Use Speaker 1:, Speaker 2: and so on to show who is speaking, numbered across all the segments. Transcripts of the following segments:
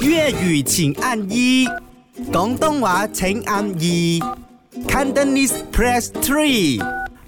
Speaker 1: 粤语请按一，广东话请按二，Cantonese press three。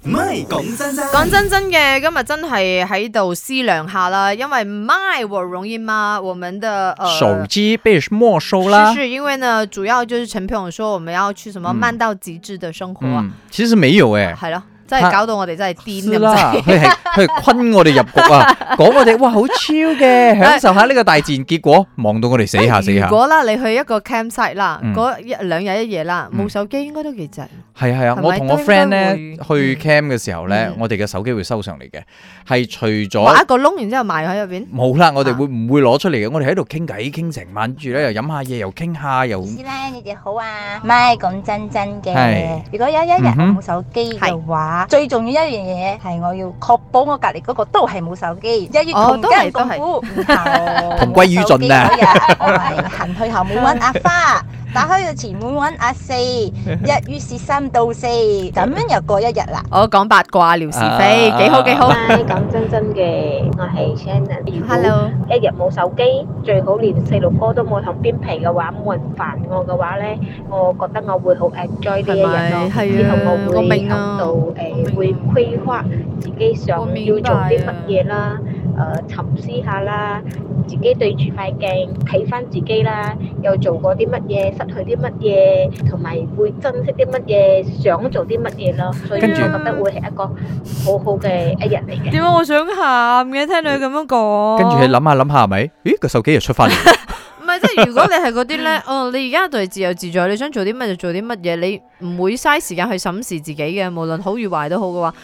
Speaker 1: 唔係講真真，
Speaker 2: 讲真真嘅，今日真係喺度思量下啦，因為 my 我容易吗？我们的呃
Speaker 3: 手机被没收啦
Speaker 2: 是。是因為呢，主要就是陳朋友說我們要去什麼
Speaker 3: 嗯
Speaker 2: 慢到極致的生活啊
Speaker 3: 嗯，，其實沒有诶、
Speaker 2: 係咯、真係
Speaker 3: 他
Speaker 2: 搞到我哋真係
Speaker 3: 是
Speaker 2: 癲咁
Speaker 3: 啦，
Speaker 2: 滯。
Speaker 3: 佢係佢係昆我哋入局啊，講我哋哇好超嘅，享受下呢個大自然，結果望到我哋死下死
Speaker 2: 如
Speaker 3: 下，
Speaker 2: 果啦，你去一個 campsite 啦，
Speaker 3: 嗯
Speaker 2: 嗰一兩日一夜啦，
Speaker 3: 嗯
Speaker 2: 冇手機應該都幾正。
Speaker 3: 係係啊，
Speaker 2: 係咪
Speaker 3: 我同我
Speaker 2: 都應該
Speaker 3: friend 咧
Speaker 2: 會
Speaker 3: 去 camp 嘅時候咧
Speaker 2: 嗯，
Speaker 3: 我哋嘅手機會收上嚟嘅，係除咗
Speaker 2: 挖一個窿，然之後埋喺入邊。
Speaker 3: 冇啦，我哋
Speaker 2: 啊
Speaker 3: 會唔會攞出嚟嘅？我哋喺度傾偈傾成晚，住咧又飲下嘢，又傾下，又
Speaker 4: 師奶，你哋好啊！咪講真真
Speaker 3: 係
Speaker 4: 嘅，如果有一日
Speaker 3: 嗯哼
Speaker 4: 我冇手機嘅話，最重要一樣嘢係我要確保我隔離嗰個都係冇手機，一於
Speaker 2: 哦
Speaker 4: 同
Speaker 2: 都係
Speaker 4: 甘共苦，然後
Speaker 3: 同歸於盡啊
Speaker 4: 冇手機嗰日我係行去後門揾阿花，打開個前門揾阿四，一於是三到四，咁樣又過一日啦。
Speaker 2: 我講八卦聊是非，
Speaker 3: 啊
Speaker 2: 幾好幾好。
Speaker 5: 咪講真真嘅，我係 Shannon。如果
Speaker 2: Hello，
Speaker 5: 一日冇手機，最好連細路哥都冇響邊皮嘅話，冇人煩我嘅話咧，我覺得我會好 enjoy 呢一日咯。
Speaker 2: 係咪
Speaker 5: 之後
Speaker 2: 啊係啊我
Speaker 5: 我會
Speaker 2: 明
Speaker 5: 響
Speaker 2: 啊
Speaker 5: 度
Speaker 2: 我明
Speaker 5: 誒會規劃自己想
Speaker 2: 我
Speaker 5: 要
Speaker 2: 明白
Speaker 5: 做啲乜
Speaker 2: 啊
Speaker 5: 嘢啦，誒、沉思下啦，自己對住塊鏡睇翻自己啦，又做過啲乜嘢，失去啲乜嘢，同埋會珍惜啲乜嘢，想做啲乜嘢咯。所以我
Speaker 3: 跟住
Speaker 5: 覺得會係一個好好嘅一日嚟嘅。
Speaker 2: 點解我想喊嘅？聽你咁樣講。
Speaker 3: 跟住你諗下諗下係咪？咦個手機又出翻嚟，
Speaker 2: 唔係，即係如果你係嗰啲咧， 哦，你而家就係自由自在，你想做啲乜就做啲乜嘢，你唔會嘥時間去審視自己嘅，無論好與壞都好嘅話，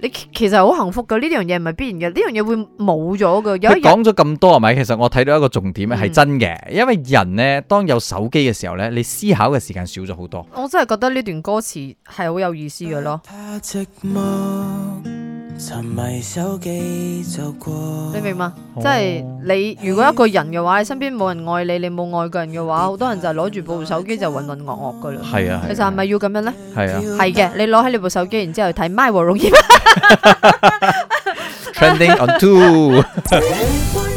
Speaker 2: 你其其實好幸福嘅。呢樣嘢唔係必然嘅，呢樣嘢會冇咗嘅。有
Speaker 3: 佢
Speaker 2: 一日
Speaker 3: 講咗咁多係咪？其實我睇到一個重點係
Speaker 2: 嗯
Speaker 3: 真嘅，因為人咧當有手機嘅時候咧，你思考嘅時間少咗好多。
Speaker 2: 我真係覺得呢段歌詞係好有意思嘅咯。
Speaker 6: 他寂寞，沉迷手機就過。
Speaker 2: 你明嘛？
Speaker 3: 哦
Speaker 2: 即係你如果一個人嘅話，你身邊冇人愛你，你冇愛嘅人嘅話，好多人就係攞住部手機就渾渾噩噩噶啦。
Speaker 3: 係啊，
Speaker 2: 其實係咪要咁樣呢？
Speaker 3: 係啊
Speaker 2: 係嘅，你攞起你部手機，然之後睇 My 和容易。
Speaker 3: ，trending on two。
Speaker 6: 關